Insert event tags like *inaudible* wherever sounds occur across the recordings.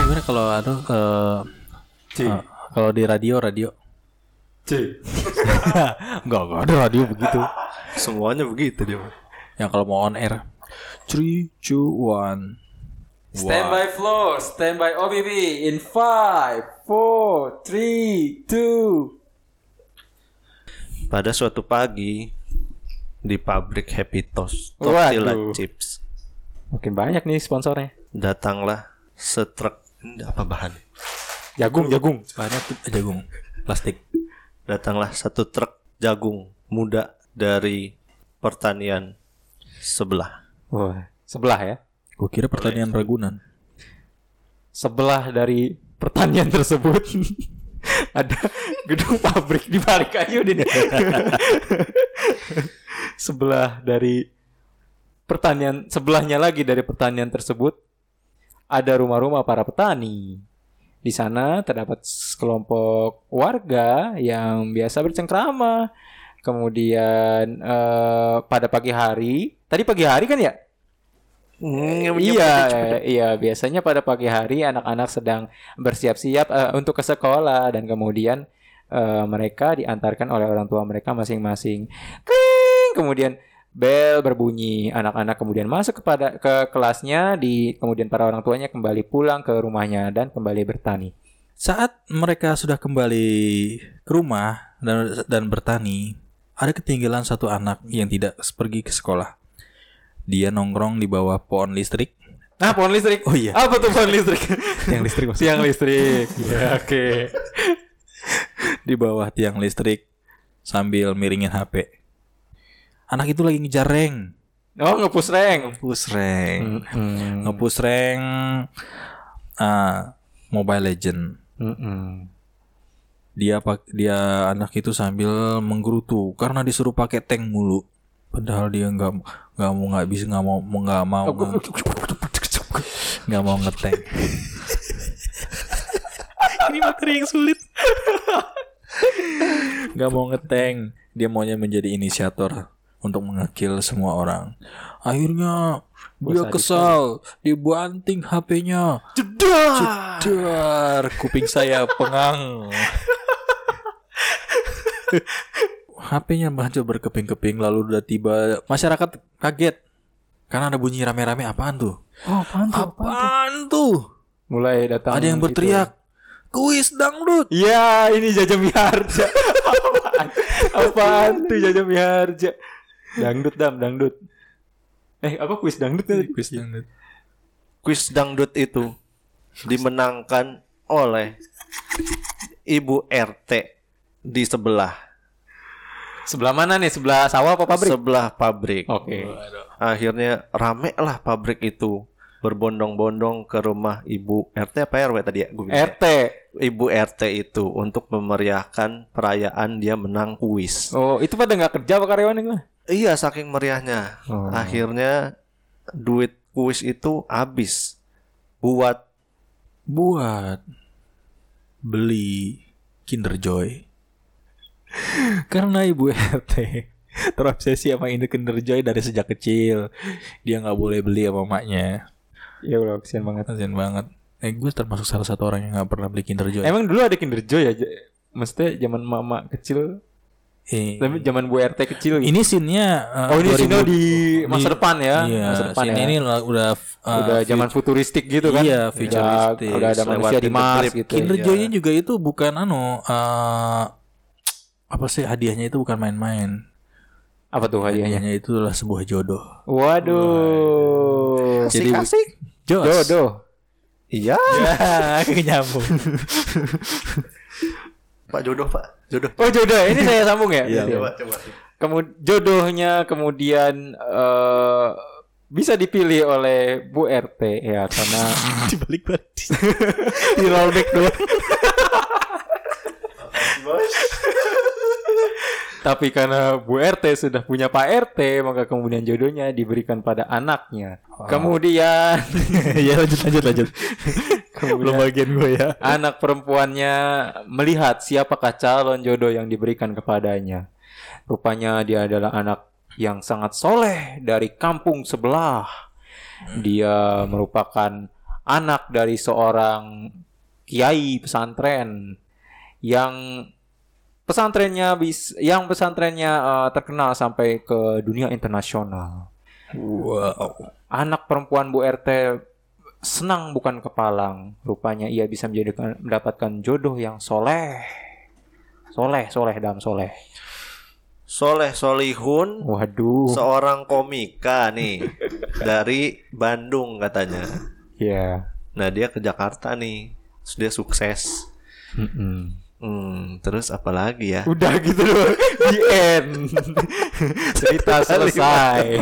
aduh eh, C. eh, kalau di radio radio C. *laughs* nggak nggak ada radio begitu Semuanya begitu dia. yang kalau mau on air three two one Stand by floor, stand by OBB in 5, 4, 3, 2 Pada suatu pagi di pabrik Happy Toast Waduh. Tortilla Chips Makin banyak nih sponsornya datanglah setrek ini apa bahan? Jagung, jagung banyak tuh eh, jagung plastik Datanglah satu truk jagung muda dari pertanian sebelah. Wah, sebelah ya gue kira pertanian ragunan Sebelah dari pertanian tersebut *laughs* Ada gedung pabrik di balik aja udah nih *laughs* Sebelah dari pertanian Sebelahnya lagi dari pertanian tersebut Ada rumah-rumah para petani Di sana terdapat sekelompok warga yang biasa bercengkrama. Kemudian eh, pada pagi hari, tadi pagi hari kan ya? iya, iya biasanya pada pagi hari anak-anak sedang bersiap-siap eh, untuk ke sekolah dan kemudian eh, mereka diantarkan oleh orang tua mereka masing-masing. Kling! Kemudian bel berbunyi, anak-anak kemudian masuk kepada ke kelasnya di kemudian para orang tuanya kembali pulang ke rumahnya dan kembali bertani. saat mereka sudah kembali ke rumah dan dan bertani ada ketinggalan satu anak yang tidak pergi ke sekolah dia nongkrong di bawah pohon listrik Nah, pohon listrik. Oh iya. *laughs* Apa tuh pohon *laughs* listrik? tiang listrik maksudnya Tiang *laughs* listrik. ya, oke. di bawah tiang listrik sambil miringin HP anak itu lagi ngejar rank Oh, ngepus reng. push rank Mm-mm. ngepush rank ah, Mobile Legend Mm-mm. dia pak dia anak itu sambil menggerutu karena disuruh pakai tank mulu padahal dia nggak nggak mau nggak bisa nggak mau mau- nggak mau nge- nggak mau ngetank ini materi yang sulit nggak mau ngetank dia maunya menjadi inisiator untuk mengekill semua orang akhirnya dia kesal kan? dibanting HP-nya jedar kuping saya pengang HP-nya hancur berkeping-keping lalu udah tiba masyarakat kaget karena ada bunyi rame-rame apaan tuh Oh, apaan tuh? ya? apaan tuh Mulai datang. gitu. ada yang itu. berteriak kuis dangdut Ya, ini Jaja Miharja. Apaan? Apaan tuh Jaja Miharja? Dangdut dam, dangdut. Eh, apa kuis dangdut tadi? kuis dangdut Kuis dangdut itu dimenangkan oleh Ibu RT di sebelah Sebelah mana nih? Sebelah sawah apa pabrik? sebelah pabrik. Oke. Akhirnya rame lah pabrik itu berbondong-bondong ke rumah Ibu RT apa RW tadi ya? Gua bilang. RT. Ibu RT itu untuk memeriahkan perayaan dia menang kuis. Oh, itu pada nggak kerja apa karyawan itu? Iya, saking meriahnya. Oh. Akhirnya duit kuis itu habis buat buat beli Kinder Joy *laughs* karena ibu RT terobsesi sama ini Kinder Joy dari sejak kecil dia nggak boleh beli sama maknya Ya udah, kesian banget. kasian banget eh gue termasuk salah satu orang yang nggak pernah beli Kinder Joy Emang dulu ada Kinder Joy ya? J- Maksudnya zaman mama kecil, Eh, tapi zaman Bu RT kecil gitu. ini scene-nya eh, Iya. oh, ini Sino 2000 di masa depan ya. Iya, masa depan scene ya. ini lah udah eh, udah zaman futuristik gitu kan? Iya, Udah- futuristik. Udah ada manusia Lewatin di Mars klip. gitu. Kinder Iya. Joy-nya juga itu bukan anu eh, apa sih hadiahnya itu bukan main-main. Apa tuh hadiahnya? Hadiahnya itu adalah sebuah jodoh. Waduh. Jadi Jos. *laughs* Jodoh. Iya, Ya, nyambung. *laughs* Pak jodoh, Pak. Jodoh. Oh jodoh, ini saya sambung ya. Iya, Gitu. Coba coba. Kemu- jodohnya kemudian eh, bisa dipilih oleh Bu RT ya karena Dibalik-balik. di rollback doang. Tapi karena Bu RT sudah punya Pak RT, maka kemudian jodohnya diberikan pada anaknya. Kemudian, *laughs* *laughs* ya lanjut lanjut lanjut. Belum bagian gue ya. *laughs* Anak perempuannya melihat siapakah calon jodoh yang diberikan kepadanya. Rupanya dia adalah anak yang sangat soleh dari kampung sebelah. Dia merupakan anak dari seorang kiai pesantren yang pesantrennya bis yang pesantrennya eh, terkenal sampai ke dunia internasional. Wow. Anak perempuan Bu RT senang bukan kepalang. Rupanya ia bisa menjadikan mendapatkan jodoh yang soleh. Soleh, soleh dalam soleh. Soleh Solihun Oh. Waduh. seorang komika nih dari Bandung katanya. ya. Nah dia ke Jakarta nih, Terus dia sukses. Mm-mm. Hmm, terus apa lagi ya? Udah gitu loh. The *laughs* end. Cerita selesai. *laughs*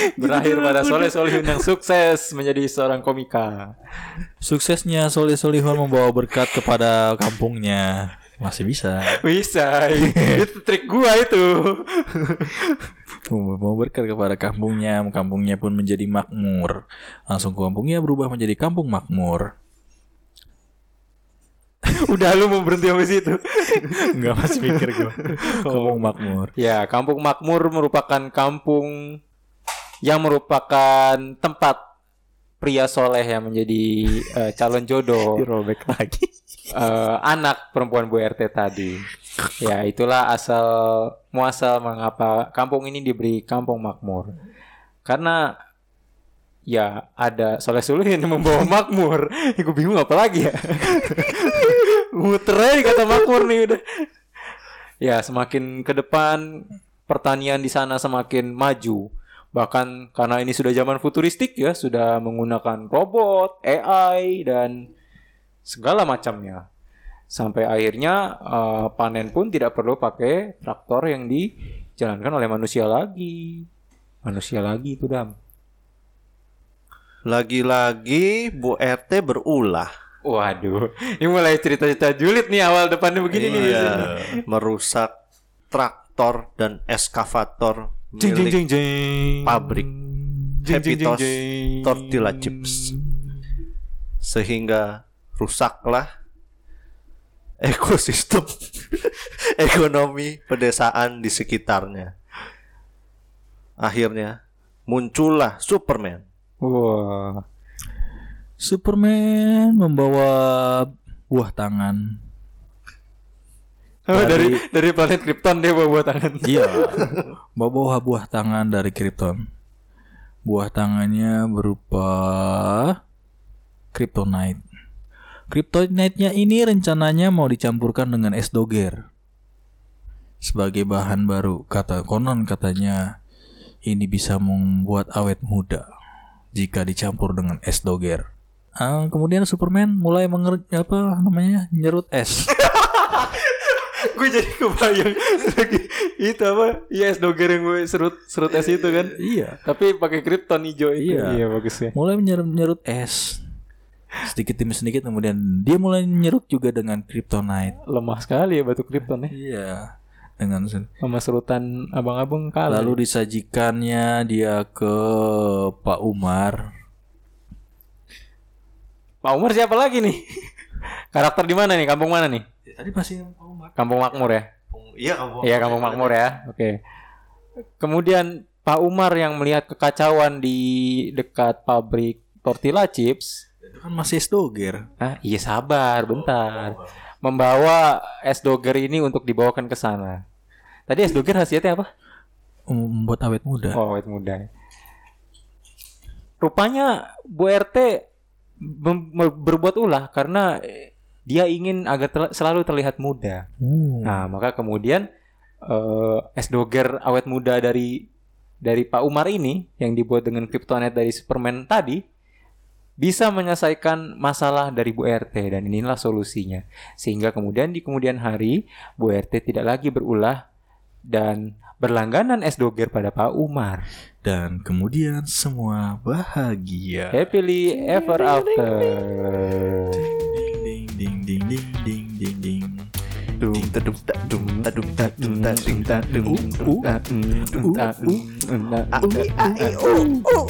Gitu Berakhir pada soleh solihun yang sukses menjadi seorang komika. Suksesnya Soleh Solihun membawa berkat kepada kampungnya. Masih bisa. Bisa. itu trik gua itu. Membawa berkat kepada kampungnya, kampungnya pun menjadi makmur. Langsung kampungnya berubah menjadi kampung makmur. *laughs* Udah lu mau berhenti sampai situ. Enggak masih mikir gue. Kampung makmur. Ya, Kampung Makmur merupakan kampung yang merupakan tempat pria soleh yang menjadi eh, calon jodoh *laughs* Dirobek lagi. eh, anak perempuan Bu RT tadi. Ya, itulah asal muasal mengapa kampung ini diberi Kampung Makmur. Karena ya ada soleh soleh yang membawa *laughs* makmur. Gue bingung apa lagi ya. *laughs* Muter aja di kata makmur nih udah. Ya, semakin ke depan pertanian di sana semakin maju. Bahkan karena ini sudah zaman futuristik ya, sudah menggunakan robot, AI dan segala macamnya. Sampai akhirnya eh, panen pun tidak perlu pakai traktor yang dijalankan oleh manusia lagi. Manusia lagi itu dam. Lagi-lagi Bu RT berulah. Waduh, ini mulai cerita-cerita julid nih awal depannya begini nih. biasanya. Iya, merusak traktor dan eskavator Jing jing milik jing jing. pabrik Jing, jing, jing, Happy Toast jing. Tortilla Chips. sehingga rusaklah ekosistem *laughs* ekonomi pedesaan di sekitarnya. Akhirnya muncullah Superman. Wah. Superman membawa buah tangan. Oh, dari dari planet Krypton dia bawa *laughs* tangan. Iya. Bawa buah tangan dari Krypton. Buah tangannya berupa Kryptonite. Kryptonite-nya ini rencananya mau dicampurkan dengan es doger sebagai bahan baru. Kata konon katanya ini bisa membuat awet muda jika dicampur dengan es doger. Ah, kemudian Superman mulai menger apa namanya nyerut es. gue jadi kebayang lagi itu apa? Yes, doger yang gue serut serut es itu kan. iya. Tapi pakai Krypton hijau itu. Iya. bagus ya. mulai menyerut, nyerut es sedikit demi sedikit kemudian dia mulai nyerut juga dengan kryptonite Lemah sekali ya batu Krypton ya. iya dengan sen- Sama serutan abang-abang kalah. lalu disajikannya dia ke Pak Umar Pak Umar siapa lagi nih? Karakter di mana nih? Kampung mana nih? Ya, tadi masih Pak Umar Kampung Makmur ya? Iya kamu. Iya, Kampung Makmur ya. Oke. Kemudian Pak Umar yang melihat kekacauan di dekat pabrik tortilla chips. itu kan masih es doger Ah, iya sabar, bentar. Membawa es doger ini untuk dibawakan ke sana. Tadi es doger khasiatnya apa? Um, membuat awet muda Oh, awet muda. Rupanya Bu RT mem- mem- berbuat ulah karena eh, dia ingin agar tel- selalu terlihat muda. Hmm. Nah, maka kemudian eh, es doger awet muda dari dari Pak Umar ini yang dibuat dengan kryptonite dari Superman tadi bisa menyelesaikan masalah dari Bu RT dan inilah solusinya. Sehingga kemudian di kemudian hari Bu RT tidak lagi berulah dan berlangganan es doger pada Pak Umar. dan kemudian semua bahagia Happily ever after. ding ding ding ding ding ding ding Dum, tadum, tadum, tadum, tadum, tadum, tadum, tadum, tadum, tadum, Mm. eh. tadum. Ah, ah, ah, ah, oh, oh.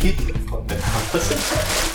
Gitu.